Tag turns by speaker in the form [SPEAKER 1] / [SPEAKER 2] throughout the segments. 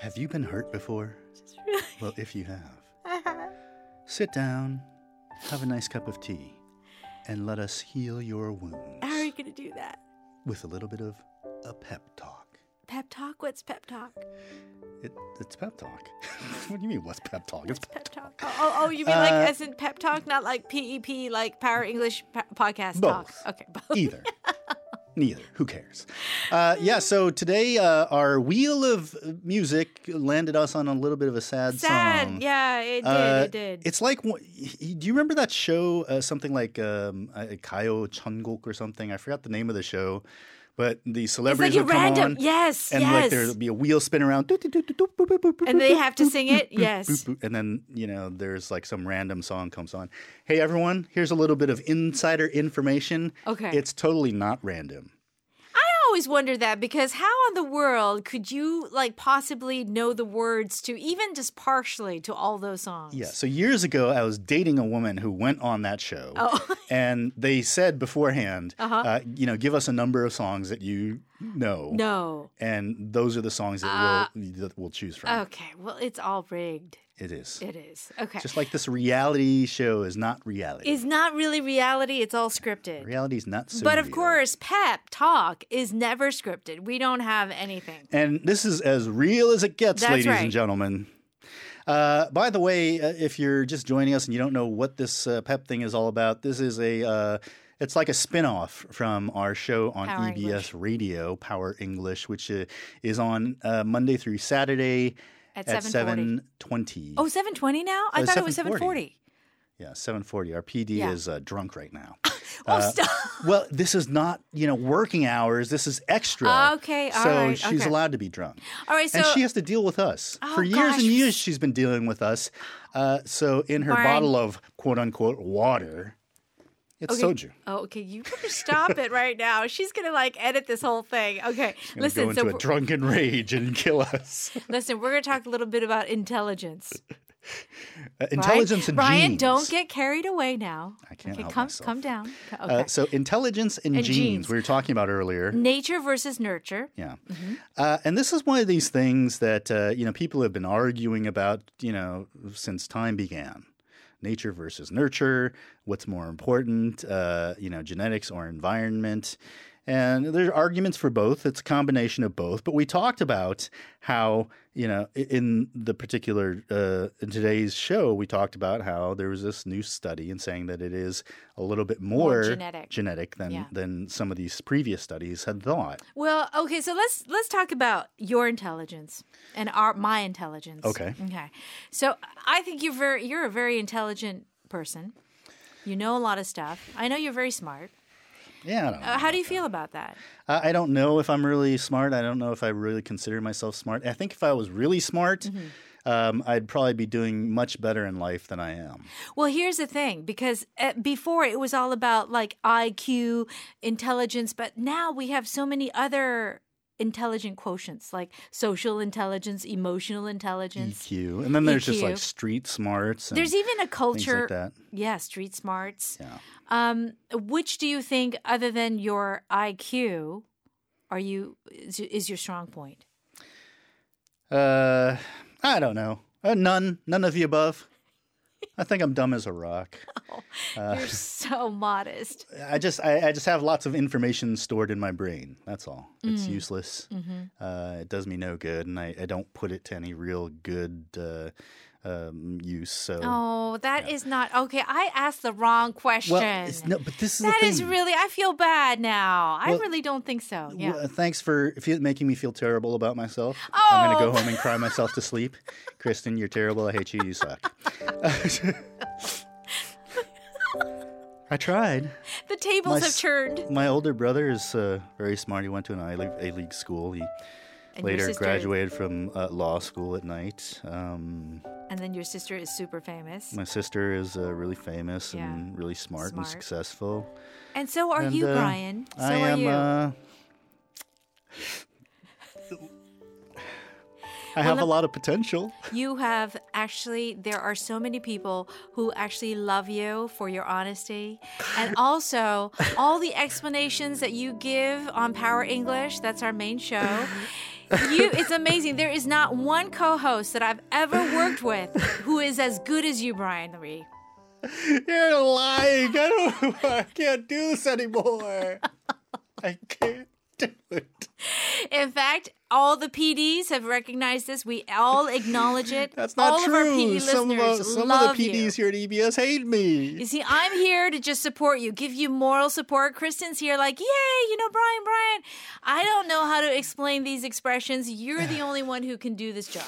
[SPEAKER 1] Have you been hurt before?
[SPEAKER 2] Really?
[SPEAKER 1] Well, if you have,
[SPEAKER 2] I have.
[SPEAKER 1] sit down, have a nice cup of tea, and let us heal your wounds
[SPEAKER 2] How are you going to do that?
[SPEAKER 1] with a little bit of a pep talk.
[SPEAKER 2] Pep talk? What's pep talk?
[SPEAKER 1] It, it's pep talk. what do you mean, what's pep talk? It's
[SPEAKER 2] Pep talk. Oh, oh, oh, you mean like
[SPEAKER 1] Uh,
[SPEAKER 2] as in pep talk, not like PEP, like Power English pa- podcast talk?
[SPEAKER 1] Both.
[SPEAKER 2] Okay, both.
[SPEAKER 1] either. Neither. Who cares? Uh, yeah, so today uh, our wheel of music landed us on a little bit of a sad,
[SPEAKER 2] Sad.
[SPEAKER 1] song.
[SPEAKER 2] Yeah, it did.
[SPEAKER 1] Uh,
[SPEAKER 2] it did.
[SPEAKER 1] It's like, wh- y- y- do you remember that show, uh, something like um, uh, Kayo Chunguk or something? I forgot the name of the show, but the
[SPEAKER 2] It's like
[SPEAKER 1] celebrities
[SPEAKER 2] a
[SPEAKER 1] would come
[SPEAKER 2] random.
[SPEAKER 1] on,
[SPEAKER 2] Yes,
[SPEAKER 1] and like
[SPEAKER 2] yes.
[SPEAKER 1] there'll be a wheel spin around, doot, doot, doot, doot, doot, boop, boop, boop, boop,
[SPEAKER 2] and they
[SPEAKER 1] boop,
[SPEAKER 2] have to sing it?
[SPEAKER 1] boop, boop,
[SPEAKER 2] Yes.
[SPEAKER 1] boop. and then you know there's like some random song comes on. Hey everyone, here's a little bit of insider information.
[SPEAKER 2] Okay.
[SPEAKER 1] It's totally not random.
[SPEAKER 2] I always wonder that because how in the world could you like possibly know the words to even just partially to all those songs?
[SPEAKER 1] Yeah. So years ago, I was dating a woman who went on that show,
[SPEAKER 2] Oh.
[SPEAKER 1] and they said beforehand,
[SPEAKER 2] Uh-huh.
[SPEAKER 1] uh, you know, give us a number of songs that you know,
[SPEAKER 2] No. Uh,
[SPEAKER 1] and those are the songs that we'll that we'll choose from.
[SPEAKER 2] Okay. Well, it's all rigged.
[SPEAKER 1] it is
[SPEAKER 2] oh. It is. Okay.
[SPEAKER 1] just like this reality show is not reality.
[SPEAKER 2] It's not really reality, it's all scripted.
[SPEAKER 1] reality is not. So
[SPEAKER 2] but of
[SPEAKER 1] real.
[SPEAKER 2] course, pep talk is never scripted. We don't have anything.
[SPEAKER 1] And this is as real as it gets,
[SPEAKER 2] That's
[SPEAKER 1] ladies
[SPEAKER 2] right.
[SPEAKER 1] and gentlemen. Uh, by the way, uh, if you're just joining us and you don't know what this uh, pep thing is all about, this is a uh, it's like a spin-off from our show on
[SPEAKER 2] Power
[SPEAKER 1] EBS
[SPEAKER 2] English.
[SPEAKER 1] Radio, Power English, which uh, is on uh, Monday through Saturday
[SPEAKER 2] At
[SPEAKER 1] at
[SPEAKER 2] 7:40.
[SPEAKER 1] 7:20.
[SPEAKER 2] Oh, 720 now? I
[SPEAKER 1] Oh,
[SPEAKER 2] thought it was 740.
[SPEAKER 1] 7:40. Yeah, 7:40. Our PD
[SPEAKER 2] Yeah.
[SPEAKER 1] is uh, drunk right now.
[SPEAKER 2] Oh,
[SPEAKER 1] Uh,
[SPEAKER 2] stop.
[SPEAKER 1] well, this is not, you know, working hours. This is extra.
[SPEAKER 2] Okay, all
[SPEAKER 1] So
[SPEAKER 2] right,
[SPEAKER 1] she's
[SPEAKER 2] okay.
[SPEAKER 1] allowed to be drunk.
[SPEAKER 2] All right, so
[SPEAKER 1] and she has to deal with us
[SPEAKER 2] Oh,
[SPEAKER 1] for years
[SPEAKER 2] gosh.
[SPEAKER 1] and years. She's been dealing with us. Uh, so in her
[SPEAKER 2] Fine.
[SPEAKER 1] bottle of quote unquote water, it's
[SPEAKER 2] Okay.
[SPEAKER 1] soju.
[SPEAKER 2] Oh, okay. You better stop it right now. She's gonna like edit this whole thing. Okay,
[SPEAKER 1] Gonna go
[SPEAKER 2] listen.
[SPEAKER 1] into
[SPEAKER 2] So
[SPEAKER 1] a
[SPEAKER 2] we're-
[SPEAKER 1] drunken rage and kill us.
[SPEAKER 2] listen, we're gonna talk a little bit about intelligence.
[SPEAKER 1] Uh,
[SPEAKER 2] right?
[SPEAKER 1] intelligence and
[SPEAKER 2] Ryan,
[SPEAKER 1] genes.
[SPEAKER 2] don't get carried away now.
[SPEAKER 1] I can't
[SPEAKER 2] Okay,
[SPEAKER 1] help
[SPEAKER 2] come,
[SPEAKER 1] myself.
[SPEAKER 2] come down. Okay.
[SPEAKER 1] Uh, so intelligence and,
[SPEAKER 2] And
[SPEAKER 1] genes,
[SPEAKER 2] genes.
[SPEAKER 1] we were talking about earlier.
[SPEAKER 2] Nature versus nurture.
[SPEAKER 1] Yeah,
[SPEAKER 2] Mm-hmm.
[SPEAKER 1] uh, and this is one of these things that uh, you know people have been arguing about, you know, since time began. Nature versus nurture. What's more important, uh, you know, genetics or environment? And there's arguments for both. It's a combination of both. But we talked about how you know i- in the particular uh, in today's show we talked about how there was this new study and saying that it is a little bit more,
[SPEAKER 2] genetic.
[SPEAKER 1] genetic than
[SPEAKER 2] Yeah.
[SPEAKER 1] than some of these previous studies had thought.
[SPEAKER 2] Well, okay, so let's let's talk about your intelligence and our my intelligence.
[SPEAKER 1] Okay.
[SPEAKER 2] Okay. So I think you're very you're a very intelligent person. You know a lot of stuff. I know you're very smart.
[SPEAKER 1] Yeah, I don't know.
[SPEAKER 2] Uh, how do you feel about that?
[SPEAKER 1] I I don't know if I'm really smart. I don't know if I really consider myself smart. I think if I was really smart,
[SPEAKER 2] Mm-hmm.
[SPEAKER 1] um, I'd probably be doing much better in life than I am.
[SPEAKER 2] Well, here's the thing because uh, before it was all about like IQ, intelligence, but now we have so many other intelligent quotients like social intelligence, emotional intelligence.
[SPEAKER 1] EQ, E and then there's just
[SPEAKER 2] EQ.
[SPEAKER 1] like street smarts. And
[SPEAKER 2] E There's even a culture,
[SPEAKER 1] that.
[SPEAKER 2] yeah, street smarts.
[SPEAKER 1] Yeah.
[SPEAKER 2] Um, which do you think, other than your IQ, are you is, is your strong point?
[SPEAKER 1] uh, I don't know. Uh, none, none of the above. I think I'm dumb as a rock. Uh,
[SPEAKER 2] You're so modest.
[SPEAKER 1] I just, I, I just have lots of information stored in my brain. That's all. It's
[SPEAKER 2] Mm.
[SPEAKER 1] useless.
[SPEAKER 2] Mm-hmm.
[SPEAKER 1] Uh, it does me no good, and I, I don't put it to any real good uh, um, use. So.
[SPEAKER 2] Oh, that is not okay. I asked the wrong question.
[SPEAKER 1] Well, it's, no, but this is
[SPEAKER 2] That
[SPEAKER 1] the
[SPEAKER 2] is
[SPEAKER 1] thing.
[SPEAKER 2] really. I feel bad now. I
[SPEAKER 1] Well, uh,
[SPEAKER 2] really don't think so. Yeah.
[SPEAKER 1] Well, thanks for fe- making me feel terrible about myself. I'm gonna
[SPEAKER 2] Oh.
[SPEAKER 1] go home and cry myself to sleep. Kristen, you're terrible. I hate you. You suck. I tried.
[SPEAKER 2] the tables
[SPEAKER 1] my
[SPEAKER 2] have
[SPEAKER 1] s-
[SPEAKER 2] turned.
[SPEAKER 1] My older brother is uh, very smart. He went to an I League, A League school. He
[SPEAKER 2] And your
[SPEAKER 1] later
[SPEAKER 2] sister,
[SPEAKER 1] graduated from uh, law school at night. Um,
[SPEAKER 2] And then your sister is super famous.
[SPEAKER 1] my sister is uh, really famous
[SPEAKER 2] Yeah.
[SPEAKER 1] and really smart, and
[SPEAKER 2] Smart.
[SPEAKER 1] successful.
[SPEAKER 2] And so are
[SPEAKER 1] And,
[SPEAKER 2] you,
[SPEAKER 1] uh,
[SPEAKER 2] Brian. So
[SPEAKER 1] I
[SPEAKER 2] are
[SPEAKER 1] am.
[SPEAKER 2] you.
[SPEAKER 1] Uh, I have a lot of potential.
[SPEAKER 2] You have actually, there are so many people who actually love you for your honesty. And also, all the explanations that you give on Power English, that's our main show. You, it's amazing. There is not one co-host that I've ever worked with who is as good as you, Brian Marie.
[SPEAKER 1] You're lying. I don't. I can't do this anymore. I can't do it.
[SPEAKER 2] In fact, all the PDs have recognized this. We all acknowledge it.
[SPEAKER 1] That's not
[SPEAKER 2] all
[SPEAKER 1] true.
[SPEAKER 2] All of our PD
[SPEAKER 1] some of,
[SPEAKER 2] listeners
[SPEAKER 1] our- some
[SPEAKER 2] love
[SPEAKER 1] of the
[SPEAKER 2] you.
[SPEAKER 1] PDs here at EBS hate me.
[SPEAKER 2] You see, I'm here to just support you, give you moral support. Kristen's here, like, yay, you know, Brian, Brian, I don't know how to explain these expressions. You're the only one who can do this job.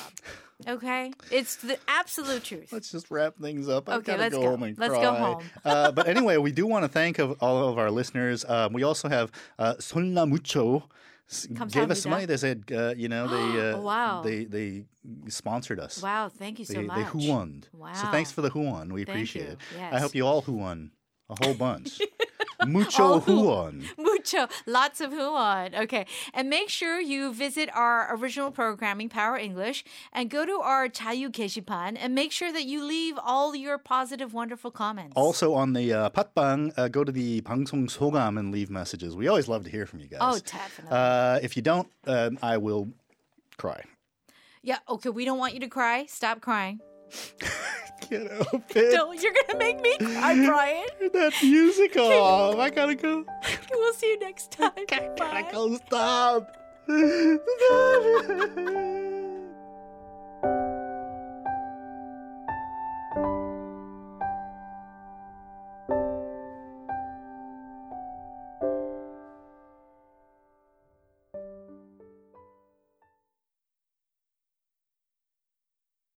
[SPEAKER 2] Okay? It's the absolute truth.
[SPEAKER 1] Let's just wrap things up. I've
[SPEAKER 2] Okay,
[SPEAKER 1] got to
[SPEAKER 2] let's
[SPEAKER 1] go,
[SPEAKER 2] go.
[SPEAKER 1] home and
[SPEAKER 2] Let's
[SPEAKER 1] cry.
[SPEAKER 2] go home.
[SPEAKER 1] uh, but anyway, we do want to thank of all of our listeners. Um, we also have uh, Solna Mucho s- gave us
[SPEAKER 2] Kamsahamnida.
[SPEAKER 1] some money. They said, uh, you know, they uh,
[SPEAKER 2] Oh, wow.
[SPEAKER 1] they they sponsored us.
[SPEAKER 2] Wow, thank you so
[SPEAKER 1] They, they
[SPEAKER 2] much.
[SPEAKER 1] won. So thanks
[SPEAKER 2] Wow.
[SPEAKER 1] for the won. We
[SPEAKER 2] Thank
[SPEAKER 1] appreciate
[SPEAKER 2] you.
[SPEAKER 1] it. I
[SPEAKER 2] Yes.
[SPEAKER 1] hope you all won a whole bunch.
[SPEAKER 2] All
[SPEAKER 1] Mucho
[SPEAKER 2] who-
[SPEAKER 1] won.
[SPEAKER 2] Mucho, lots of Huan. Okay, and make sure you visit our original programming, Power English, and go to our Chayu Keshipan, and make sure that you leave all your positive, wonderful comments.
[SPEAKER 1] Also on the uh, Patbang, uh, go to the Pangsong Sogam and leave messages. We always love to hear from you
[SPEAKER 2] oh,
[SPEAKER 1] guys.
[SPEAKER 2] definitely.
[SPEAKER 1] uh, if you don't, um, I will cry.
[SPEAKER 2] yeah. Okay, we don't want you to cry. Stop crying.
[SPEAKER 1] Get open.
[SPEAKER 2] Don't. You're gonna make me cry, Brian.
[SPEAKER 1] Turn that music off. I gotta go.
[SPEAKER 2] We'll see you next time. Bye.
[SPEAKER 1] Gotta go. Stop.